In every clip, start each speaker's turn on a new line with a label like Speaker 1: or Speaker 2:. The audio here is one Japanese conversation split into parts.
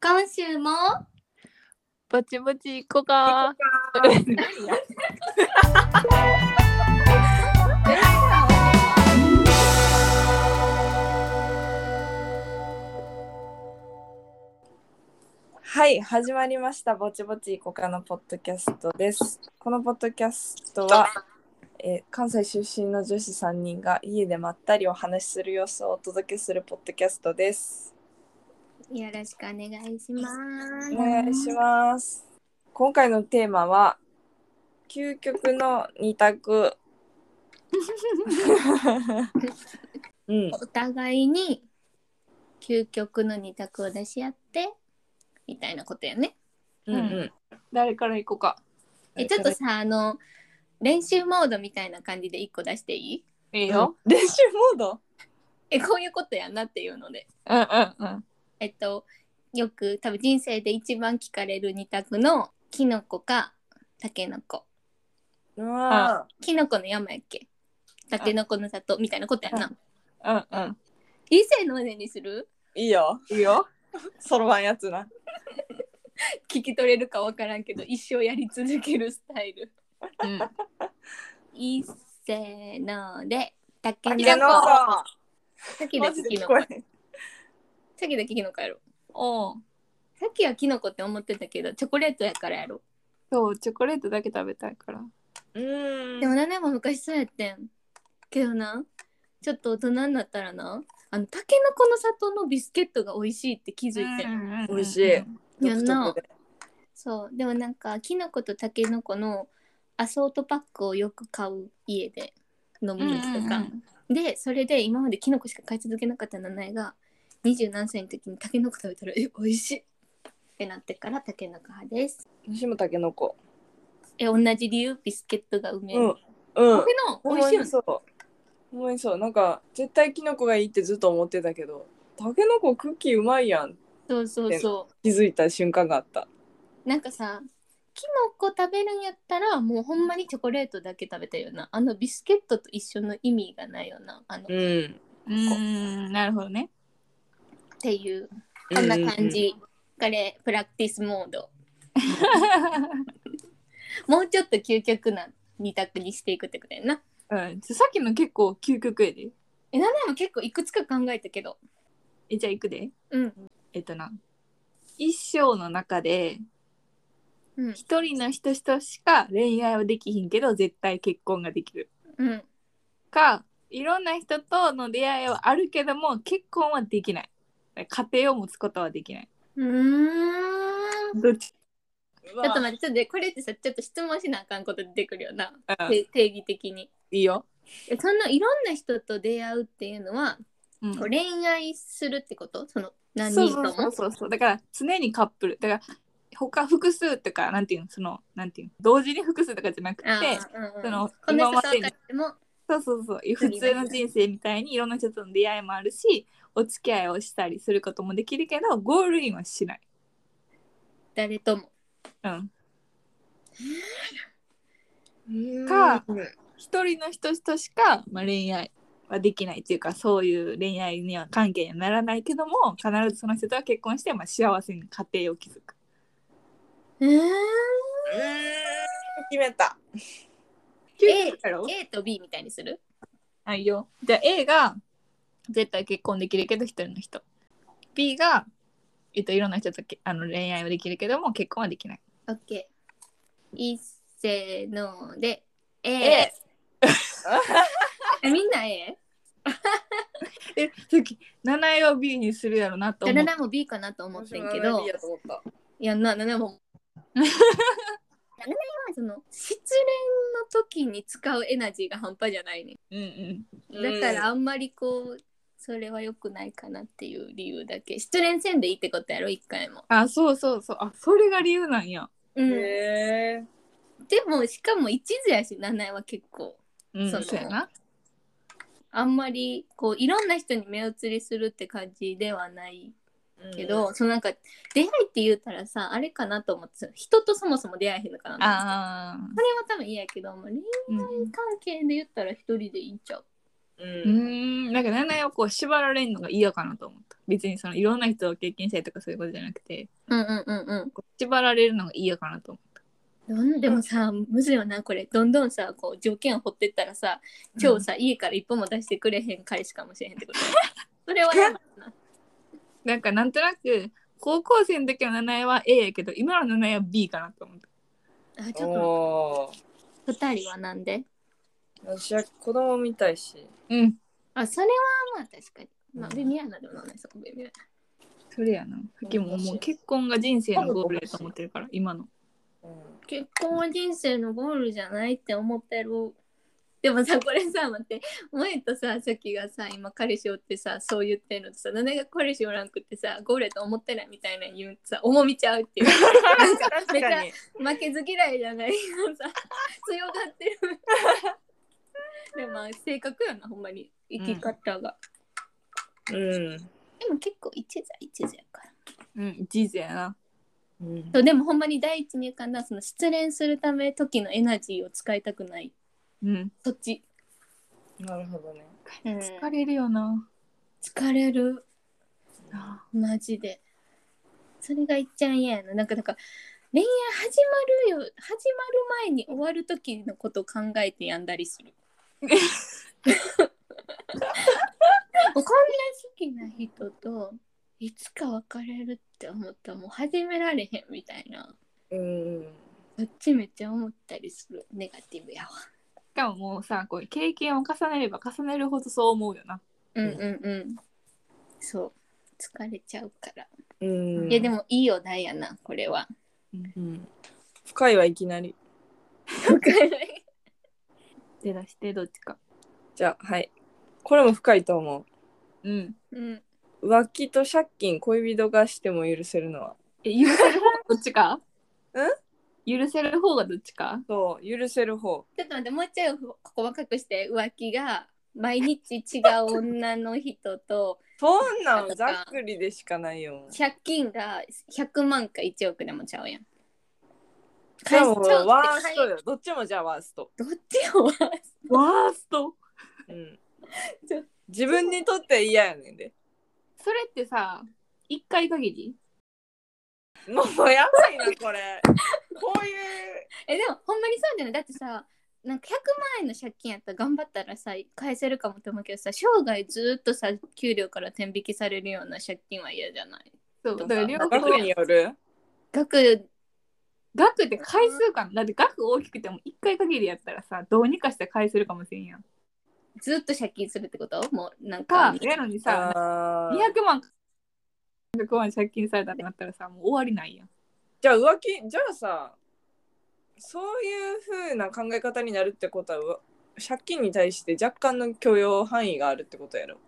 Speaker 1: 今週も
Speaker 2: ぼちぼち行こうか。
Speaker 3: はい、始まりました。ぼちぼちいこかのポッドキャストです。このポッドキャストは、えー関西出身の女子3人が家でまったりお話しする様子をお届けするポッドキャストです。
Speaker 1: よろしくお願いします
Speaker 3: お。願いします。今回のテーマは、究極の二択。 うん、
Speaker 1: お互いに究極の二択を出し合ってみたいなことやね。
Speaker 3: うん、うん。
Speaker 2: 誰から行こうか。
Speaker 1: えちょっとさあの練習モードみたいな感じで一個出していい
Speaker 2: いい
Speaker 3: うん
Speaker 2: よ。
Speaker 3: 練習モード
Speaker 1: えこういうことやなっていうので。
Speaker 2: うんうんうん。
Speaker 1: えっとよく多分人生で一番聞かれる二択のキノコかタケノコ。
Speaker 3: うわ
Speaker 1: キノコの山やっけタケノコの里みたいなことやな。
Speaker 2: うんうん。
Speaker 1: いいせーのでにする
Speaker 3: ーいいよ。
Speaker 2: いいよ。
Speaker 3: そろばんやつな。
Speaker 1: 聞き取れるかわからんけど一生やり続けるスタイル。
Speaker 2: うん。
Speaker 1: いっせーので、たけ
Speaker 3: あ
Speaker 1: のこ。
Speaker 3: のさ、
Speaker 1: さっきだ
Speaker 3: マ
Speaker 1: け
Speaker 3: ジ
Speaker 1: き
Speaker 3: で
Speaker 1: の
Speaker 3: 聞
Speaker 1: こ
Speaker 3: こ
Speaker 1: や
Speaker 3: え
Speaker 1: ろ。
Speaker 3: へん
Speaker 1: さっきだけきのこやろ。
Speaker 2: おう
Speaker 1: さっきはきのこって思ってたけど、チョコレートやからやろ。
Speaker 2: そう、チョコレートだけ食べたいから。
Speaker 3: うーん。
Speaker 1: でも何年も昔そうやってん。けどな、ちょっと大人になったらな、あの、たけのこの里のビスケットが美味しいって気づいてん。
Speaker 3: 美味しい
Speaker 1: やんな
Speaker 3: 独特で
Speaker 1: そう、でもなんか、きのことたけのこのアソートパックをよく買う家で飲むやつとか。でそれで今までキノコしか買い続けなかった七重が二十何歳の時にタケノコ食べたらえ美味しいってなってからタケノコ派です
Speaker 3: 私もタケノコ。
Speaker 1: え同じ理由ビスケットがうめえ、
Speaker 3: う。
Speaker 1: うん
Speaker 3: うん。
Speaker 1: の美味しいよね
Speaker 3: そう。ほんまにそう。なんか、絶対キノコがいいってずっと思ってたけど、タケノコクッキーうまいやん。
Speaker 1: そうそうそ
Speaker 3: 気づいた瞬間があった。
Speaker 1: うなんかさキノコ食べるんやったらもうほんまにチョコレートだけ食べたようなあのビスケットと一緒の意味がないようなあの、
Speaker 3: う
Speaker 1: っ
Speaker 3: ん。
Speaker 2: うん。なるほどね。
Speaker 1: ていうこんな感じこれプラクティスモードもうちょっと究極な二択にしていくってことやな
Speaker 2: うん。さっきの結構究極やで。
Speaker 1: え七重も結構いくつか考えたけど
Speaker 2: え、じゃあ行くで。
Speaker 1: うん
Speaker 2: えっとな。一生の中で
Speaker 1: うん
Speaker 2: 一人の人としか恋愛はできひんけど絶対結婚ができる
Speaker 1: うん
Speaker 2: かいろんな人との出会いはあるけども結婚はできない家庭を持つことはできないう
Speaker 1: ーん
Speaker 2: どっち
Speaker 3: うん。
Speaker 1: ちょっと
Speaker 3: っ
Speaker 1: 待って、ちょっとでこれってさ、ちょっと質問しなあかんこと出てくるよな、
Speaker 2: うん
Speaker 1: て定義的に。
Speaker 2: いいよ、
Speaker 1: えそんないろんな人と出会うっていうのは、
Speaker 2: うん、
Speaker 1: こう恋愛するってことその何
Speaker 2: そう
Speaker 1: 人とも。
Speaker 2: そうそうそうそうだから常にカップルだから他複数とかなんていうのそのなんていうの同時に複数とかじゃなくて
Speaker 1: あーうんうん
Speaker 2: その
Speaker 1: この
Speaker 2: 今
Speaker 1: 人
Speaker 2: ま
Speaker 1: と
Speaker 2: でに
Speaker 1: 別れても、
Speaker 2: そうそうそう普通の人生みたいにいろんな人との出会いもあるしお付き合いをしたりすることもできるけどゴールインはしない
Speaker 1: 誰とも。
Speaker 2: うん
Speaker 3: て
Speaker 2: か一人の人としか、まあ、恋愛はできないっていうかそういう恋愛には関係にはならないけども必ずその人とは結婚して、まあ、幸せに家庭を築く
Speaker 1: えー、
Speaker 3: 決めた。
Speaker 1: え
Speaker 2: 究極やろ
Speaker 1: A と B みたいにする
Speaker 2: はいよじゃあ A が絶対結婚できるけど一人の人 B が、えっと、いろんな人とけあの恋愛はできるけども結婚はできない
Speaker 1: ?OK。いっせーので、A。
Speaker 2: A
Speaker 1: えみんな A?
Speaker 2: えさっき7位を B にするやろなと思う
Speaker 1: 誰も B かなと思ってんけど。
Speaker 3: いいやと思った。
Speaker 1: いやな7も七年はその失恋の時に使うエナジーが半端じゃないね
Speaker 2: うんう
Speaker 1: だ
Speaker 2: ん
Speaker 1: からあんまりこうそれは良くないかなっていう理由だけ失恋せんでいいってことやろ一回も、
Speaker 2: あそうそうそうあそれが理由なんや、
Speaker 1: う、
Speaker 3: うんん。へ
Speaker 1: でもしかも一途やし7年は結構
Speaker 2: うん、
Speaker 1: そ
Speaker 2: そううやな
Speaker 1: あんまりこういろんな人に目移りするって感じではない
Speaker 3: ー
Speaker 1: けど、、そのなんか出会いって言うたらさあれかなと思って人とそもそも出会えへんのかなと思って
Speaker 2: ああ
Speaker 1: それは多分いいやけど、まあ、恋愛関係で言ったら一人でいいんちゃう
Speaker 3: う
Speaker 2: うんんなんか七重をこう縛られるのが嫌かなと思った別にそのいろんな人を経験したりとかそういうことじゃなくて
Speaker 1: うんうんうんうん
Speaker 2: こう縛られるのが嫌かなと思った
Speaker 1: どんでもさむずいよなこれどんどんさこう条件を掘ってったらさ今日さ、家から一歩も出してくれへん彼氏かもしれへん ってことそれはやだな
Speaker 2: なんかなんとなく高校生の時の七重は A やけど今の七重は B かなと思った
Speaker 1: あちょ
Speaker 3: おー
Speaker 1: っと二人はなんで
Speaker 3: 私は子供みたいし
Speaker 2: うん
Speaker 1: あそれはまあ確かにまあ
Speaker 3: うん
Speaker 1: 微妙なでもないそこ微妙
Speaker 2: それやなさっきももう結婚が人生のゴールやと思ってるから今の
Speaker 3: うん
Speaker 1: 結婚は人生のゴールじゃないって思ってるでもさこれさ待って萌とささっきがさ今彼氏おってさそう言ってんのとさ七重が彼氏おらんくってさゴールやと思ってないみたいな言うとさ重みちゃうっていうなんか
Speaker 3: 確
Speaker 1: めっちゃ
Speaker 3: かに
Speaker 1: 負けず嫌いじゃないのさ 強がってるでもまあ性格やなほんまに生き方が、
Speaker 3: うん
Speaker 1: でも結構一途は一途やから
Speaker 2: うん人生やな
Speaker 3: うん
Speaker 1: そうでもほんまに第一に浮かんだその失恋するため時のエナジーを使いたくない
Speaker 2: うん
Speaker 1: そっち、
Speaker 3: なるほどね
Speaker 2: 疲れるよな
Speaker 1: 疲れるマジでそれがいっちゃん嫌やななんかだから恋愛始まるよ始まる前に終わる時のことを考えてやんだりするもうこんな好きな人といつか別れるって思ったらもう始められへんみたいな
Speaker 3: うん
Speaker 1: そっちめっちゃ思ったりするネガティブやわ
Speaker 2: しかももうさこう経験を重ねれば重ねるほどそう思うよな
Speaker 1: うんうんうんそう疲れちゃうから、
Speaker 3: うん
Speaker 1: いやでもいいお題やなこれは
Speaker 3: うん深いはいきなり
Speaker 2: 手出してどっちか
Speaker 3: じゃあはいこれも深いと思う
Speaker 2: うん
Speaker 1: うん
Speaker 3: 浮気と借金恋人がしても許せるのは
Speaker 2: え許せる方がどっち か許せる方がどっちか
Speaker 3: そう許せる方
Speaker 1: ちょっと待ってもうちょいここ若くして浮気が毎日違う女の人と
Speaker 3: そんなんざっくりでしかないよ
Speaker 1: 借金が100万か1億でもちゃうやん。
Speaker 3: じゃあもう
Speaker 1: 返しちゃうって
Speaker 3: ワースト
Speaker 1: 返
Speaker 3: よどっちもじゃあワースト、
Speaker 1: どっちをワース
Speaker 2: ワースト
Speaker 3: うん
Speaker 1: ちょ、
Speaker 3: 自分にとって嫌やねんで
Speaker 2: それってさ1回限り
Speaker 3: もうやばいなこれこうい
Speaker 1: えでもほんまにそうじゃないだってさなんか100万円の借金やったら頑張ったらさ返せるかもと思うけどさ生涯ずっとさ給料から天引きされるような借金は嫌じゃない
Speaker 2: そうだから両
Speaker 3: う
Speaker 2: 方
Speaker 3: 額による
Speaker 1: 額
Speaker 2: 額って回数かなだって額大きくても1回限りやったらさどうにかして返せるかもしれんやん
Speaker 1: ずっと借金するってこともうなん
Speaker 2: か
Speaker 1: か
Speaker 2: やのにさ
Speaker 3: あー
Speaker 2: 200万300万借金されたってなったらさもう終わりないやん
Speaker 3: じゃあ浮気じゃあさそういう風な考え方になるってことはうわ借金に対して若干の許容範囲があるってことやろ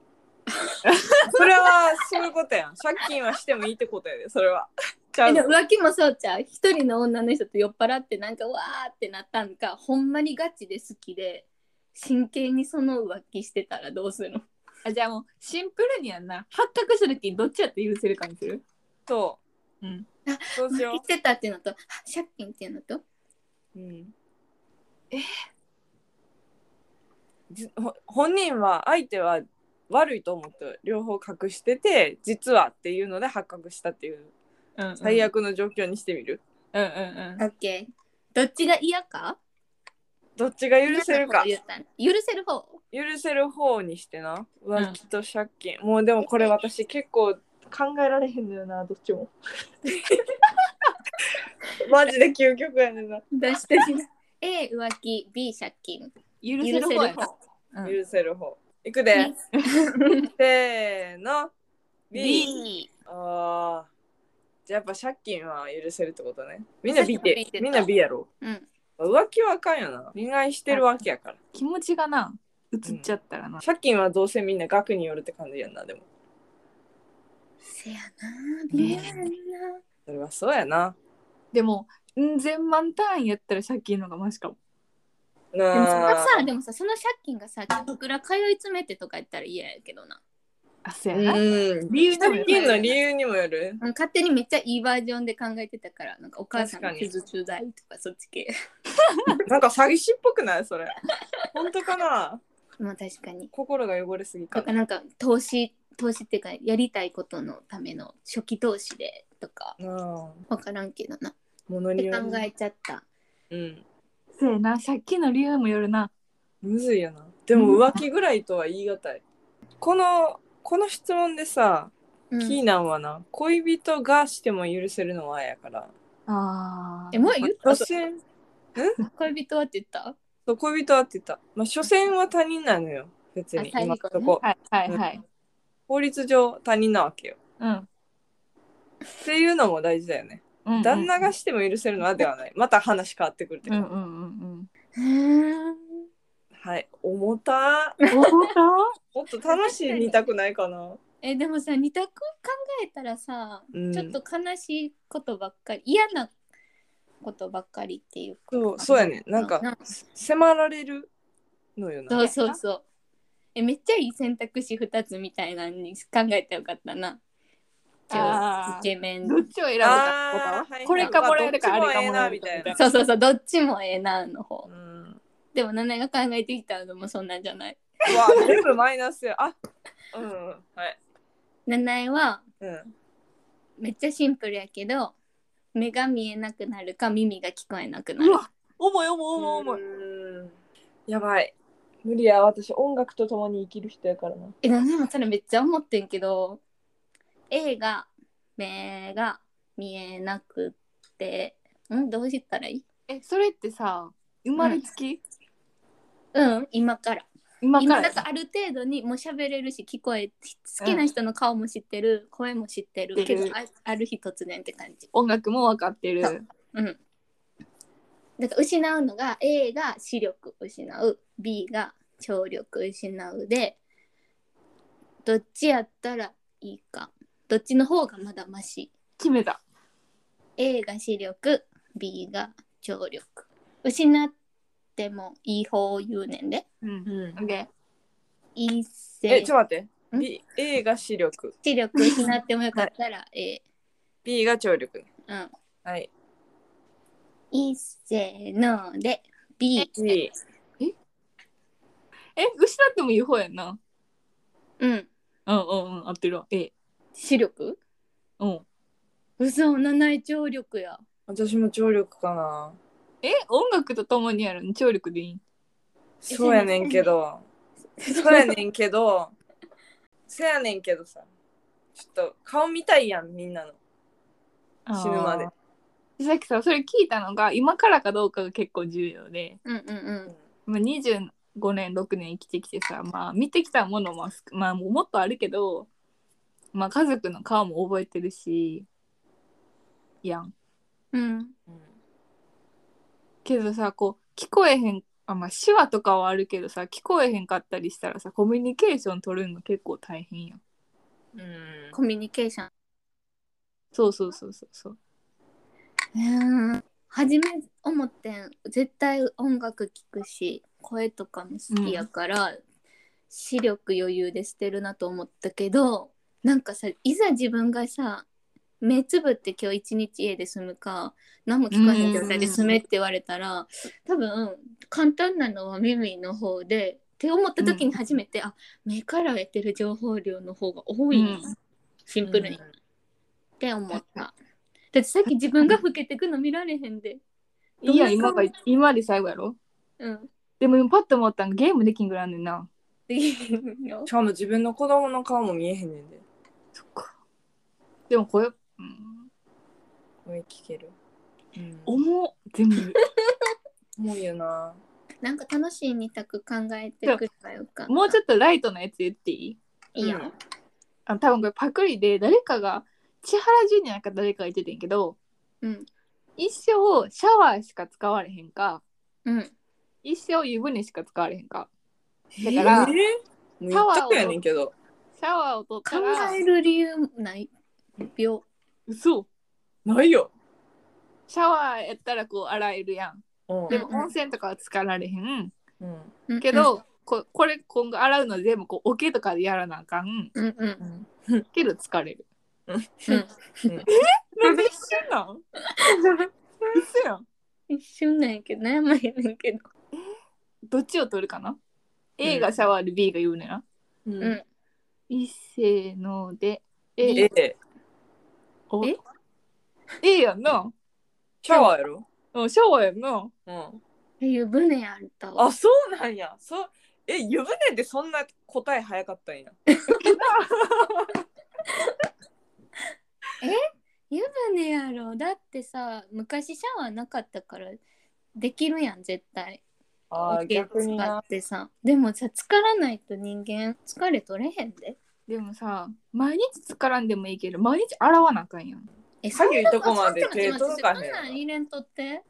Speaker 3: それはそういうことやん借金はしてもいいってことやでそれはちゃ
Speaker 1: え
Speaker 3: う
Speaker 1: でも浮気もそうちゃう一人の女の人と酔っ払ってなんかわーってなったんかほんまにガチで好きで真剣にその浮気してたらどうするの
Speaker 2: あじゃあもうシンプルにやんな発覚した時にどっちやって許せるかにする
Speaker 3: と、
Speaker 2: うん
Speaker 3: そうし
Speaker 1: 浮気
Speaker 3: よ
Speaker 1: してたっていうのとあ借金っていうのと
Speaker 3: う、うん、じほ本人は相手は悪いと思って両方隠してて実はっていうので発覚したっていう
Speaker 2: うんうん
Speaker 3: 最悪の状況にしてみる、
Speaker 2: うんうんうん
Speaker 1: OK どっちが嫌か
Speaker 3: どっちが許せるか
Speaker 1: 嫌なこと言った許せる方
Speaker 3: 許せる方にしてな
Speaker 2: うん
Speaker 3: 浮気と借金、もうでもこれ私結構考えられへんのよなどっち もマジで究極やねんな
Speaker 1: 出してみな A 浮気 B 借金
Speaker 2: 許
Speaker 1: 許
Speaker 2: せる
Speaker 1: せ
Speaker 2: 方や
Speaker 1: る
Speaker 2: な
Speaker 1: 方
Speaker 2: うん
Speaker 3: 許せる方いくでせーの B,
Speaker 1: B
Speaker 3: あーじゃあやっぱ借金は許せるってことねみんな B
Speaker 1: さっきも B
Speaker 3: で
Speaker 1: って言った
Speaker 3: みんな B やろ
Speaker 1: うん
Speaker 3: 浮気はあかんよな恋愛してるわけやから
Speaker 2: 気持ちがな移っちゃったらな、
Speaker 3: 借金はどうせみんな額によるって感じやんなでも
Speaker 1: せやな微妙やな、
Speaker 3: それはそうやな
Speaker 2: でもん千万単位やったら借金の方がマシかも
Speaker 3: な
Speaker 1: でもその
Speaker 3: あ
Speaker 1: さでもさその借金がさいくら通い詰めてとか言ったら嫌やけどな
Speaker 2: あそうやな、
Speaker 3: うん
Speaker 2: 理由にもよ
Speaker 3: 借
Speaker 2: る
Speaker 3: 金の理由にもよる
Speaker 1: うん勝手にめっちゃいいバージョンで考えてたからなんかお母さんが
Speaker 3: 確かに
Speaker 1: 傷中 大とかそっち系
Speaker 3: なんか詐欺師っぽくないそれ本当かな
Speaker 1: まあ確かに
Speaker 3: 心が汚れすぎ
Speaker 1: と
Speaker 3: か
Speaker 1: かなんか投資投資っていうかやりたいことのための初期投資でとか
Speaker 3: なうん
Speaker 1: 分からんけどなっ
Speaker 3: もの
Speaker 1: て
Speaker 3: によ
Speaker 1: 考
Speaker 3: る
Speaker 1: えちゃった
Speaker 3: うん
Speaker 2: そうやなさっきの理由もよるな
Speaker 3: むずいよなでも浮気ぐらいとは言い難いこのこの質問でさ、
Speaker 1: うん
Speaker 3: キーナンはな恋人がしても許せるのはあやから
Speaker 2: あ
Speaker 1: え前言った
Speaker 3: 所詮
Speaker 1: 恋人はって言った
Speaker 3: そう恋人はって言ったまあ所詮は他人なのよ別に
Speaker 1: あ
Speaker 3: 今のと
Speaker 1: 最後
Speaker 3: こ、
Speaker 2: はいはいはい
Speaker 3: 法律上他人なわけよ
Speaker 2: うん、
Speaker 3: っていうのも大事だよね
Speaker 2: うん、
Speaker 3: 旦那がしても許せるのはではないまた話変わってくるけ
Speaker 2: う
Speaker 3: ど、
Speaker 2: んうんうん
Speaker 1: へー
Speaker 3: はい重た
Speaker 2: うんおー
Speaker 3: もっと楽しい見たくないかな
Speaker 1: えでもさ二択考えたらさ、
Speaker 3: うん
Speaker 1: ちょっと悲しいことばっかり嫌なことばっかりっていうか
Speaker 3: そうそうやねなんか迫られるのよ
Speaker 1: そう
Speaker 3: な
Speaker 1: そうそうえめっちゃいい選択肢2つみたいなのに考えたらよかったなじゃあ
Speaker 2: あー
Speaker 1: イケメン
Speaker 2: どっちを選ぶかってこと
Speaker 3: あーはい
Speaker 2: これかもらえるかあ
Speaker 3: まあ
Speaker 2: れかもらえるか
Speaker 3: どっちもええなみたいな
Speaker 1: そうそうそうどっちもええなの方
Speaker 3: うん
Speaker 1: でも七が考えてきたのもそんなんじゃないう
Speaker 3: わ全部マイナスやあうんはい
Speaker 1: 七重は
Speaker 3: うん
Speaker 1: めっちゃシンプルやけど目が見えなくなるか耳が聞こえなくな
Speaker 2: う
Speaker 1: る
Speaker 2: わ重い重い重い重い
Speaker 3: うんやばい無理や私音楽と共に生きる人やからな
Speaker 1: えでもそれめっちゃ思ってんけど A が目が見えなくってんどうしたらいい
Speaker 2: えそれってさ生まれつき、
Speaker 1: うん今から
Speaker 2: 今か
Speaker 1: 今
Speaker 2: ら
Speaker 1: なんかある程度にもう喋れるし聞こえ好きな人の顔も知ってる、声も知ってる
Speaker 2: 知って
Speaker 1: け
Speaker 2: る
Speaker 1: どあある日突然って感じ
Speaker 2: 音楽も分かってる
Speaker 1: そううんだから失うのが A が視力失う B が聴力失うでどっちやったらいいかどっちの方がまだマシ
Speaker 2: 決めた
Speaker 1: A が視力 B が聴力失ってもいい方を言うねんで
Speaker 2: うん
Speaker 3: ん
Speaker 2: で
Speaker 1: いい
Speaker 3: え
Speaker 1: せ
Speaker 3: ちょっと待って
Speaker 1: ん
Speaker 3: B A が視力
Speaker 1: 視力失ってもよかったら A、
Speaker 3: B が聴力
Speaker 1: うん
Speaker 3: はい
Speaker 1: いっせーので B
Speaker 3: B
Speaker 2: え失ってもいい方やんな
Speaker 1: うん
Speaker 2: うんうんうん合ってるわ A
Speaker 1: 視力
Speaker 2: うん
Speaker 1: 嘘七重聴力や
Speaker 3: 私も聴力かな
Speaker 2: え音楽とともにやるの聴力でいい
Speaker 3: そうやねんけどそうやねんけどそやねんけどさちょっと顔見たいやんみんなの死ぬまで
Speaker 2: でさっきさそれ聞いたのが今からかどうかが結構重要で、
Speaker 1: うんうんうん
Speaker 2: まあ、25年6年生きてきてさまあ見てきたものも少、まあ、もっとあるけど、まあ、家族の顔も覚えてるしやん
Speaker 1: うん
Speaker 2: けどさこう聞こえへんあ、まあ、手話とかはあるけどさ聞こえへんかったりしたらさコミュニケーション取るの結構大変やん
Speaker 3: うん
Speaker 1: コミュニケーション
Speaker 2: そうそうそうそうそう
Speaker 1: うん初め思ってん絶対音楽聴くし声とかも好きやから、視力余裕で捨てるなと思ったけどなんかさいざ自分がさ目つぶって今日一日家で住むか何も聞こえない状態で住めって言われたら多分簡単なのは耳の方でって思った時に初めて、あ目から得てる情報量の方が多い、
Speaker 2: うん
Speaker 1: シンプルに、って思った。だってさっき自分が老けてくの見られへんで。
Speaker 2: いいやん
Speaker 1: ど
Speaker 2: 今
Speaker 1: んな
Speaker 2: が
Speaker 1: 顔
Speaker 2: 今で最後やろ
Speaker 1: うん。
Speaker 2: でも今パッと思ったんがゲームできんぐらいあんねんな
Speaker 1: できるよ
Speaker 3: し。かも自分の子供の顔も見えへんねんで
Speaker 2: そっかでもこれ、うん、
Speaker 3: 声聞ける、うん、
Speaker 2: 重っ全部
Speaker 3: 重いよな
Speaker 1: なんか楽しい二択考えてくればよかった。
Speaker 2: もうちょっとライトなやつ言っていい
Speaker 1: いいよ。
Speaker 2: あ多分これパクリで誰かが千原ジュニアか誰かが言っててんけど
Speaker 1: うん。
Speaker 2: 一生シャワーしか使われへんか
Speaker 1: うん。
Speaker 2: 一生湯船しか使われへんか
Speaker 3: だ
Speaker 2: だ
Speaker 3: か、
Speaker 2: からら
Speaker 3: えー、もう一択やねんけど
Speaker 2: シャワーを取っ
Speaker 1: 考
Speaker 2: たら
Speaker 1: える理由ないよ。
Speaker 2: 嘘
Speaker 3: ないよ、
Speaker 2: シャワーやったらこう洗えるやん
Speaker 3: うん
Speaker 2: でも
Speaker 1: うんうん
Speaker 2: 温泉とかは使られへん
Speaker 3: うん
Speaker 1: うん
Speaker 2: け。ど、ここれ今後洗うの全部こう桶とかでやらなあかん
Speaker 1: うんうん。
Speaker 3: うん
Speaker 2: けど疲れる
Speaker 1: うん
Speaker 2: なんで一瞬なん 嘘やん
Speaker 1: 一瞬なんやけど、悩まへんねんけど。
Speaker 2: どっちを取るかな A がシャワーで B が言うねな。
Speaker 3: うん
Speaker 1: うん
Speaker 2: いっせーので。
Speaker 1: B
Speaker 2: え、
Speaker 3: え、
Speaker 2: お
Speaker 1: え
Speaker 2: A やんな。
Speaker 3: シャワーやろ
Speaker 2: うん、シャワーやんな。
Speaker 3: うん。
Speaker 1: っていう船やったわ
Speaker 3: あ、そうなんや。そうえ、湯船でそんな答え早かったんや。
Speaker 1: 湯船やろだってさ昔シャワーなかったからできるやん絶対
Speaker 3: あー、
Speaker 1: 桶
Speaker 3: 逆に
Speaker 1: 使
Speaker 3: な
Speaker 1: っ。てさでもさ疲らないと人間疲れ取れへんで
Speaker 2: でもさ、毎日つからんでもいいけど、毎日洗わなあかんやん。
Speaker 1: え
Speaker 3: かゆいとこまで
Speaker 1: そんな
Speaker 3: 手届かへん
Speaker 1: そんなん入れんとってもう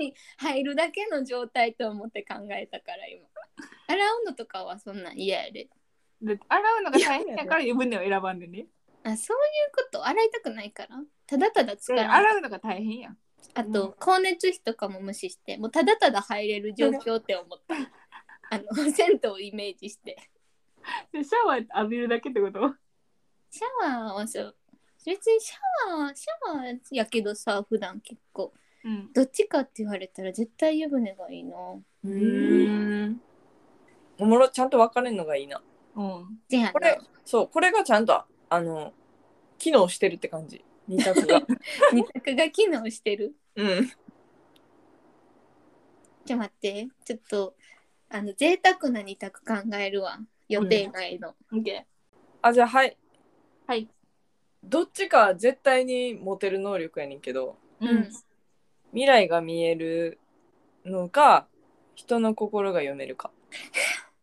Speaker 1: 常に入るだけの状態と思って考えたから今洗うのとかはそんなん嫌やで
Speaker 2: だって洗うのが大変やから湯船を選ばんでね。
Speaker 1: あそういうこと洗いたくないからただただ疲
Speaker 2: だか
Speaker 1: れ
Speaker 2: ら洗うのが大変やん。
Speaker 1: あと光熱費とかも無視してもうただただ入れる状況って思ったあの 銭湯をイメージして
Speaker 2: でシャワー浴びるだけってこと
Speaker 1: シャワーはそう別にシャワーシャワーやけどさ普段結構
Speaker 2: うん。
Speaker 1: どっちかって言われたら絶対湯船がいいな
Speaker 3: うーん。おもろ、ちゃんと分かれるのがいいな。
Speaker 2: うん。
Speaker 1: じゃあ
Speaker 3: これ、そう、これがちゃんと、あの、機能してるって感じ。二択が。
Speaker 1: 二択が機能してる
Speaker 3: うん。
Speaker 1: ちょっと待ってちょっとあの贅沢な二択考えるわ予定外の、
Speaker 2: オッケ
Speaker 3: あ、じゃあ、はい。
Speaker 2: ー。はい。
Speaker 3: どっちか絶対にモテる能力やねんけど、
Speaker 2: う
Speaker 1: うん。
Speaker 3: 未来が見えるのか、人の心が読めるか。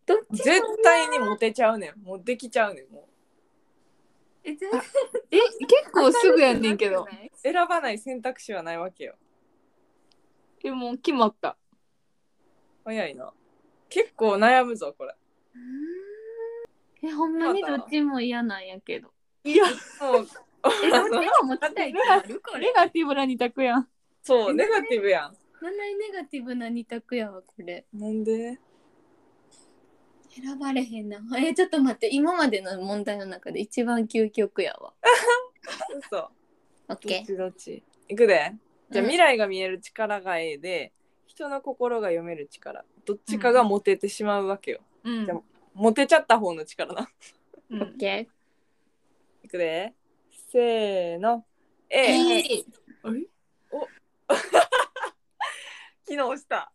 Speaker 1: どっち
Speaker 3: 絶対にモテちゃうねん。もうできちゃうねん。もう
Speaker 1: え結
Speaker 2: え、結構すぐやねんけど。
Speaker 3: 選ばない選択肢はないわけよ。
Speaker 2: え、もう決まった。
Speaker 3: 早いな。結構悩むぞ、これ。
Speaker 1: えほんまにどっちも嫌なんやけど
Speaker 2: いや、
Speaker 3: もう、
Speaker 1: えどっちも持ちたいってあるこ
Speaker 2: ネ
Speaker 1: れ
Speaker 2: ガティブな二択やん。
Speaker 3: そう、ネガティブやん。
Speaker 1: 七井ネガティブな二択やわこれ
Speaker 3: なんで
Speaker 1: 選ばれへんなえちょっと待って今までの問題の中で一番究極やわ
Speaker 3: 嘘。
Speaker 1: オッ
Speaker 3: ど
Speaker 1: ケ
Speaker 3: っちどっちいくで
Speaker 1: ー
Speaker 3: じゃあ未来が見える力が A で人の心が読める力どっちかがモテてしまうわけよ、
Speaker 2: うん
Speaker 3: でもモテちゃった方の力な
Speaker 2: う
Speaker 1: オッケ
Speaker 3: いくでせーの
Speaker 1: ー
Speaker 3: A、
Speaker 2: え
Speaker 1: え
Speaker 3: 機能した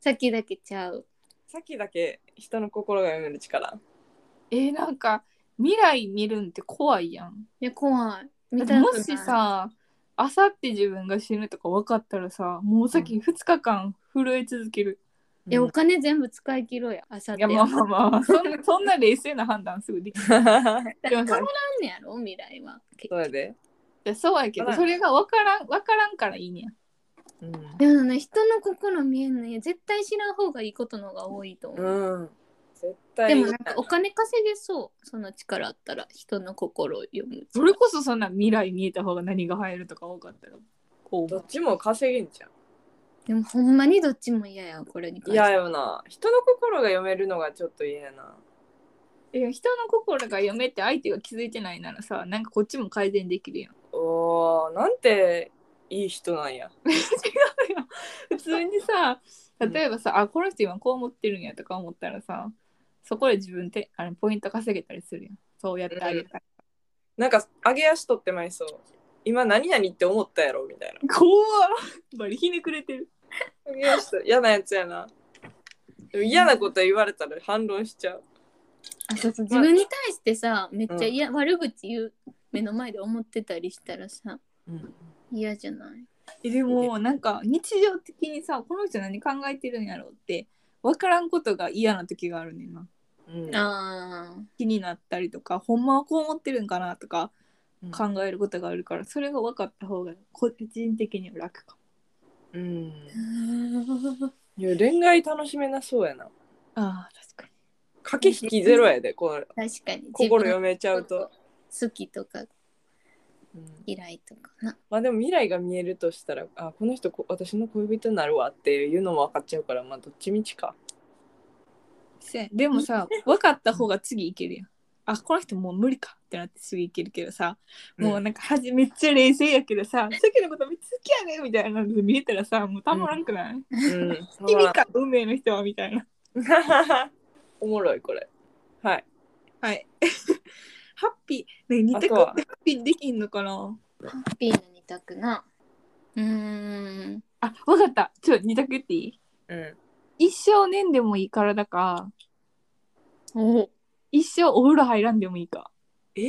Speaker 1: さっきだけちゃう
Speaker 3: さっきだけ人の心が読める力
Speaker 2: えーなんか未来見るんって怖いやん。
Speaker 1: いや怖い見たくない
Speaker 2: もしさ、あさって自分が死ぬとか分かったらさ、もうさっき2日間震え続ける。
Speaker 1: え
Speaker 3: う
Speaker 1: お
Speaker 3: ん
Speaker 1: 金全部使い切ろうやあさっ
Speaker 2: い
Speaker 1: て
Speaker 2: や、まあまあまあ、そんなそんな冷静な判断すぐできる。
Speaker 1: だから変わらんねやろ未来は結
Speaker 3: そ
Speaker 1: 局
Speaker 3: れで、
Speaker 2: いやそうやけど、それが分からん、分からんからいいねや。
Speaker 3: うん
Speaker 1: でもね人の心見えんのや絶対知らん方がいいことの方が多いと思う、
Speaker 3: うん、絶対
Speaker 1: でもなんかお金稼げそうその力あったら人の心を読む
Speaker 2: それこそそんな未来見えた方が何が入るとか分かったら、こ
Speaker 3: ど
Speaker 2: う
Speaker 3: っ。ちも稼げんじゃん
Speaker 1: でもほんまにどっちも嫌やこれに関して
Speaker 3: 嫌よな人の心が読めるのがちょっと嫌やな
Speaker 2: え人の心が読めって相手が気づいてないならさ、なんかこっちも改善できるやん。
Speaker 3: おーなんていい人なんや
Speaker 2: 普通に さ例えばさ、あこの人今こう思ってるんやとか思ったらさそこで自分であれポイント稼げたりするやんそうやってあげたら、
Speaker 3: なんか上げ足取ってまいそう今何々って思ったやろみたいな
Speaker 2: 怖っバリひねくれてる
Speaker 3: 上げ足取る嫌なやつやなでも嫌なこと言われたら反論しちゃう
Speaker 1: あそうそう自分に対してさめっちゃ嫌、悪口言う目の前で思ってたりしたらさ嫌じゃない
Speaker 2: えでもなんか日常的にさこの人何考えてるんやろうって分からんことが嫌な時があるねんな
Speaker 3: うん
Speaker 1: あ ー
Speaker 2: 気になったりとかほんまはこう思ってるんかなとか
Speaker 3: うん
Speaker 2: 考えることがあるから、それが分かった方が個人的には楽かも
Speaker 3: うん
Speaker 1: うーん
Speaker 3: いや恋愛楽しめなそうやな
Speaker 2: あー確か
Speaker 3: 駆け引きゼロやでこれ
Speaker 1: 確かに
Speaker 3: 心読めちゃうと、
Speaker 1: 好きとか
Speaker 3: うん
Speaker 1: 嫌いとかな
Speaker 3: まあでも未来が見えるとしたらあこの人こ私の恋人になるわっていうのも分かっちゃうからまあどっちみちか
Speaker 2: にせやでもさ分かった方が次いけるやんあこの人もう無理かってなって次いけるけどさもうなんかはじめっちゃ冷静やけどさ、さっきのことめっちゃ好きやねみたいなので見えたらさもうたまらんくない、
Speaker 3: うん、うん、
Speaker 2: 君か運命の人はみたいな
Speaker 3: おもろいこれ。はい。
Speaker 2: はい。 ハッピー、ね、二択って
Speaker 3: あとは
Speaker 2: ハッピーにできんのかな
Speaker 1: ハッピーの二択な。うーん。
Speaker 2: あ、わかった。ちょ、二択言っていい
Speaker 3: うん。
Speaker 2: 一生年でもいい体か、
Speaker 1: お
Speaker 2: 一生お風呂入らんでもいいか。
Speaker 3: え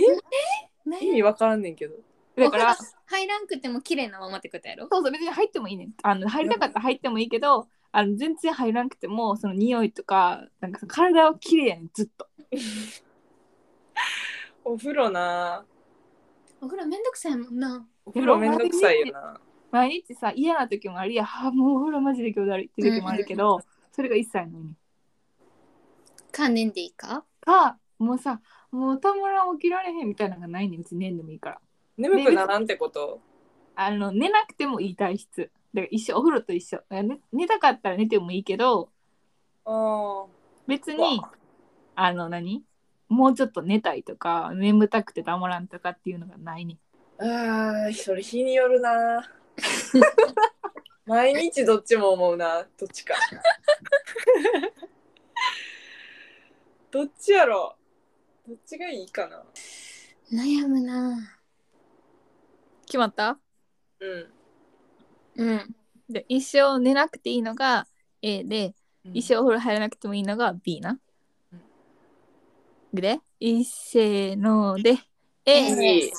Speaker 1: ね
Speaker 3: 意味わからんねんけど。
Speaker 2: だから、
Speaker 1: お風呂入らんくても綺麗なままってことやろ
Speaker 2: そうそう、別に入ってもいいねんあの、入りたかったら入ってもいいけど、あの全然入らなくても、その匂いとか、なんかその体は綺麗やねん、ずっと。
Speaker 3: お風呂な
Speaker 1: お風呂めんどくさいもんな。
Speaker 3: お風呂めんどくさいよな。
Speaker 2: 毎日さ、嫌な時もありや、あーもうお風呂マジで今日だるいって時もあるけど、それが一切ないねん。
Speaker 1: かねんでいいか
Speaker 2: か、もうさ、もうたまらん起きられへんみたいなのがないねん、別に年でもいいから。
Speaker 3: 眠くならんってこと
Speaker 2: あの寝なくてもいい体質だから一緒お風呂と一緒だから寝寝たかったら寝てもいいけど
Speaker 3: あ
Speaker 2: 別
Speaker 3: う
Speaker 2: に
Speaker 3: わ
Speaker 2: あの何もうちょっと寝たいとか眠たくてたまらんとかっていうのがないね
Speaker 3: あ。ああ、それ日による な毎日どっちも思うな。どっち か。どっちやろどっちがいいかな
Speaker 1: 悩むな。
Speaker 2: 決まった
Speaker 3: うん。
Speaker 1: うん。
Speaker 2: で一生寝なくていいのが A で一生
Speaker 3: 緒。
Speaker 2: お風呂入らなくてもいいのが B な
Speaker 3: うん
Speaker 2: で一せので
Speaker 1: A
Speaker 2: A
Speaker 3: いい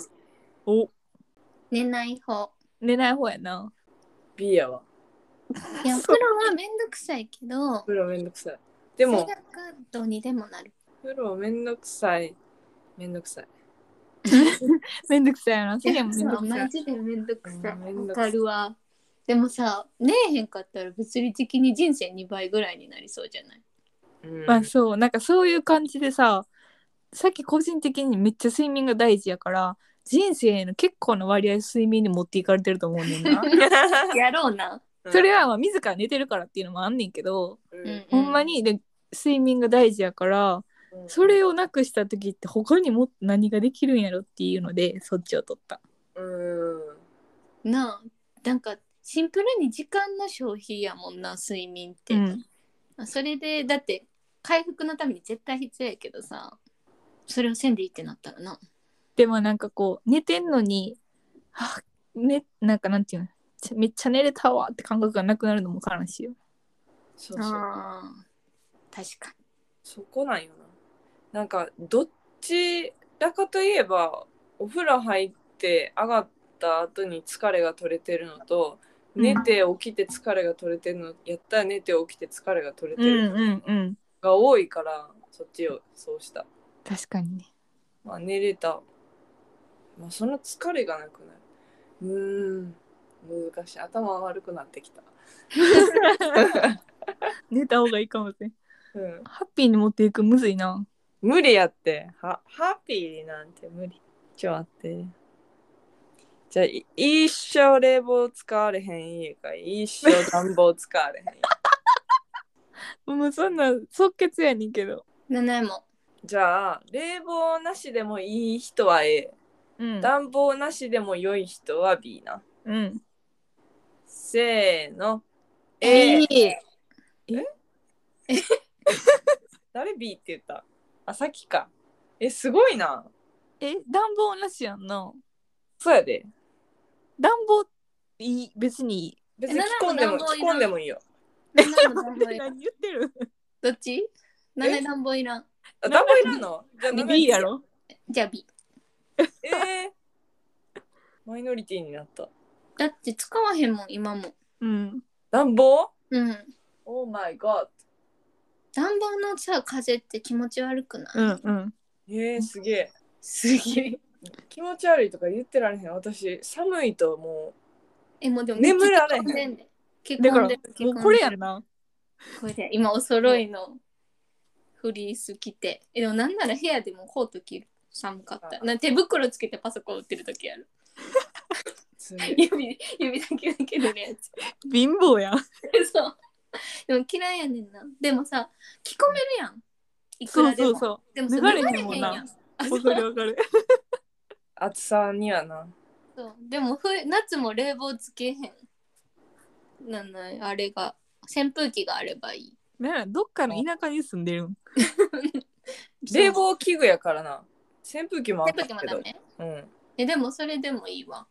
Speaker 2: お
Speaker 1: 寝ない方。
Speaker 2: 寝ない方やな
Speaker 3: B やわ。
Speaker 1: いや、お風呂はめんどくさいけど
Speaker 3: お、風呂めんどくさい。で
Speaker 1: そ
Speaker 3: も
Speaker 1: れ、がどうにでもなる。
Speaker 3: お風呂めんどくさい。めんどくさい。
Speaker 2: めんどくさいな世間もめ
Speaker 1: そ
Speaker 2: んど
Speaker 1: う
Speaker 2: くさ
Speaker 1: マ
Speaker 2: い
Speaker 1: ジでめんどくさい。
Speaker 3: うんめん
Speaker 1: わ
Speaker 3: どくさ
Speaker 1: か
Speaker 3: い
Speaker 1: るわ。でもさ、寝えへんかったら物理的に人生2倍ぐらいになりそうじゃない
Speaker 3: うん
Speaker 2: まあそうなんかそういう感じでささっき個人的にめっちゃ睡眠が大事やから人生の結構な割合睡眠に持っていかれてる と思うねんな
Speaker 1: やろうな。
Speaker 2: それはまあ自ら寝てるからっていうのもあんねんけど、
Speaker 3: う
Speaker 1: うん
Speaker 3: ん、
Speaker 2: ほんまにで睡眠が大事やからそれをなくした時って他にも何ができるんやろっていうのでそっちを取った
Speaker 3: うん
Speaker 1: なあなんかシンプルに時間の消費やもんな睡眠って、
Speaker 2: うん
Speaker 1: それでだって回復のために絶対必要やけどさそれをせんでいいってなったらな
Speaker 2: でもなんかこう寝てんのにはあねなんかなんていうのめっちゃ寝れたわって感覚がなくなるのも悲しいよ
Speaker 3: そうそう
Speaker 1: あー確か
Speaker 3: そこなんよななんかどっちらかといえばお風呂入って上がった後に疲れが取れてるのと
Speaker 2: うん
Speaker 3: 寝て起きて疲れが取れてるのやったら寝て起きて疲れが取れ
Speaker 2: う
Speaker 3: て
Speaker 2: ん
Speaker 3: る
Speaker 2: うんうん
Speaker 3: が多いから、そっちをそうした、
Speaker 2: 確かにね
Speaker 3: まあ、寝れた、まあ、その疲れがなくなるうーん難しい頭悪くなって きた、
Speaker 2: 寝た方がいいかもしれん。
Speaker 3: うん、
Speaker 2: ハッピーに持っていくむずいな。
Speaker 3: 無理やってはハッピーなんて無理ちょ待ってじゃあい一生冷房使われへん家か一生暖房使われへん家
Speaker 2: もうそんな即決やねんけど。
Speaker 1: に七重も
Speaker 3: じゃあ冷房なしでもいい人は A
Speaker 2: うん
Speaker 3: 暖房なしでも良い人は B な
Speaker 2: うん。
Speaker 3: せーの A
Speaker 1: ええ
Speaker 3: 誰 B って言ったあさっきかえすごいな
Speaker 2: え、暖房なしやんな。
Speaker 3: そうやで
Speaker 2: 暖房いい、別にいい。
Speaker 3: 別に着込んでも着
Speaker 1: え七重も暖房いらん
Speaker 3: 込んでもいいよ
Speaker 1: 七重も暖房 いらん
Speaker 2: 言ってる
Speaker 1: どっち七重暖房いらん
Speaker 3: あ暖房いらんのじゃあ
Speaker 2: ?B やろ
Speaker 1: じゃあ B
Speaker 3: えー、マイノリティになった。
Speaker 1: だって使わへんもん今も
Speaker 2: うん。
Speaker 3: 暖房
Speaker 1: うん
Speaker 3: ?Oh my god!
Speaker 1: 暖房のさ風って気持ち悪くない、
Speaker 2: うんうん。
Speaker 3: えー、すげえ。
Speaker 1: すげえ
Speaker 3: 気持ち悪いとか言ってられへん。私、寒いとも
Speaker 1: えもうでも
Speaker 3: 眠られへん
Speaker 1: 結婚せで結
Speaker 2: だか
Speaker 1: 婚
Speaker 2: ら、
Speaker 1: で
Speaker 2: もうこれやんな。
Speaker 1: これで今お揃いのフリース着てえでもなんなら部屋でもコート着る寒かったな手袋つけてパソコン打ってる時ある
Speaker 3: うすごい
Speaker 1: 指指だけだけでるや
Speaker 2: 貧乏やん。
Speaker 1: つ そうでも嫌いやねんなでもさ着込めるやんいく
Speaker 2: そ
Speaker 1: ら
Speaker 2: う
Speaker 1: で
Speaker 2: そ
Speaker 1: も
Speaker 2: うそう。
Speaker 1: でもさ
Speaker 2: 脱がれへんもんな
Speaker 1: 脱がれへんやん
Speaker 2: わかるわかる。
Speaker 3: 暑さにはな。
Speaker 1: そうでも冬夏も冷房つけへんなんないあれが扇風機があればいい
Speaker 2: ならどっかの田舎に住んでるん
Speaker 3: 冷房器具やからな扇風機もあ
Speaker 1: 扇
Speaker 3: った
Speaker 1: 風機
Speaker 3: け
Speaker 1: も
Speaker 3: ど
Speaker 1: ダ、メ
Speaker 3: うん、
Speaker 1: えでもそれでもいいわ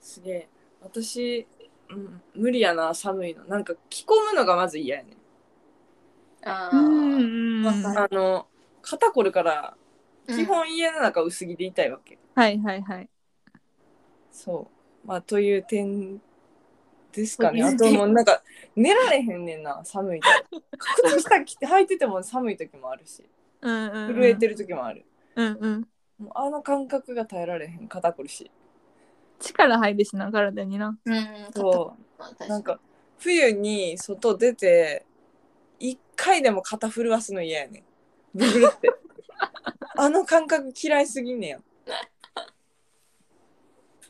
Speaker 3: すげえ私、うん、無理やな寒いのなんか着込むのがまず嫌やね
Speaker 1: あ
Speaker 2: うん
Speaker 1: わか
Speaker 2: は
Speaker 1: る
Speaker 3: あの肩こるから
Speaker 1: ー
Speaker 3: 基本家の中薄着でいたいわけ、
Speaker 2: いはいはい
Speaker 3: そうまあという点ですか
Speaker 1: と
Speaker 3: ね
Speaker 1: いう
Speaker 3: あ
Speaker 1: 点
Speaker 3: ともうなんか寝られへんねんな寒いと靴下着て履いてても寒い時もあるし
Speaker 2: うんうんうん
Speaker 3: 震えてる時もある、
Speaker 2: うんうん
Speaker 3: もうあの感覚が耐えられへん肩こるし
Speaker 2: 力入るしな体にな
Speaker 1: うんうん
Speaker 3: そううなん
Speaker 1: ん
Speaker 3: か冬に外出て一回でも肩震わすの嫌やねんブルブルってあの感覚嫌いすぎんねや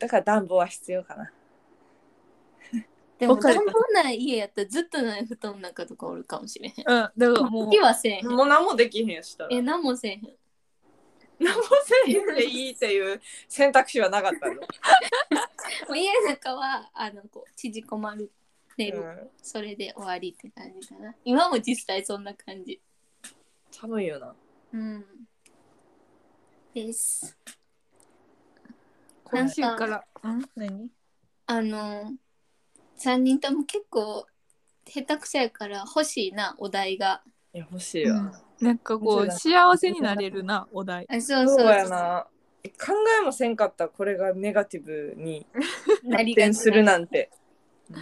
Speaker 3: だから暖房は必要かな
Speaker 1: でも
Speaker 2: わか
Speaker 1: 暖
Speaker 2: る
Speaker 1: 房ない家やったらずっとない布団の中とかおるかもしれへん
Speaker 2: うんだからもう
Speaker 1: 好きはせえへん
Speaker 3: もう何もできへんやしたら
Speaker 1: え何もせえへん
Speaker 3: 何もせえへんでいいっていう選択肢はなかったの、
Speaker 1: もう家の中はあのこう縮こまるで、
Speaker 3: うん
Speaker 1: それで終わりって感じかな今も実際そんな感じ
Speaker 3: 寒いよな
Speaker 1: うんです
Speaker 2: 今週からうん何
Speaker 1: あの3人とも結構下手くそやから欲しいなお題が
Speaker 3: いや欲しいわ、
Speaker 2: うんなんかこ
Speaker 3: そう
Speaker 2: う
Speaker 3: だ
Speaker 2: 幸せになれるなお題
Speaker 1: あそうそう
Speaker 3: そうやな考えもせんかったこれがネガティブに
Speaker 1: なりがちな
Speaker 3: 発展するなんて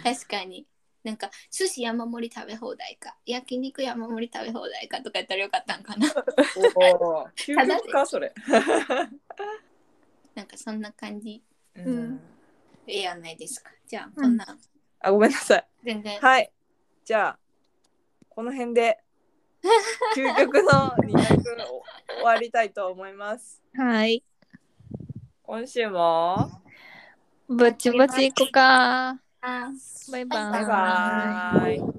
Speaker 1: 確かになんか寿司山盛り食べ放題か焼肉山盛り食べ放題かとか言ったらよかったん かな
Speaker 3: お ー究極かそれ
Speaker 1: なんかそんな感じ
Speaker 3: うん
Speaker 1: ええやないですかじゃあ
Speaker 2: うん
Speaker 1: こんな、
Speaker 3: あごめんなさい
Speaker 1: 全然
Speaker 3: はいじゃあこの辺 で究極の二択を終わりたいと思います
Speaker 2: はい
Speaker 3: 今週も
Speaker 2: ぼちぼち行こうか
Speaker 1: あー
Speaker 2: バイバーイ
Speaker 3: バイバーイ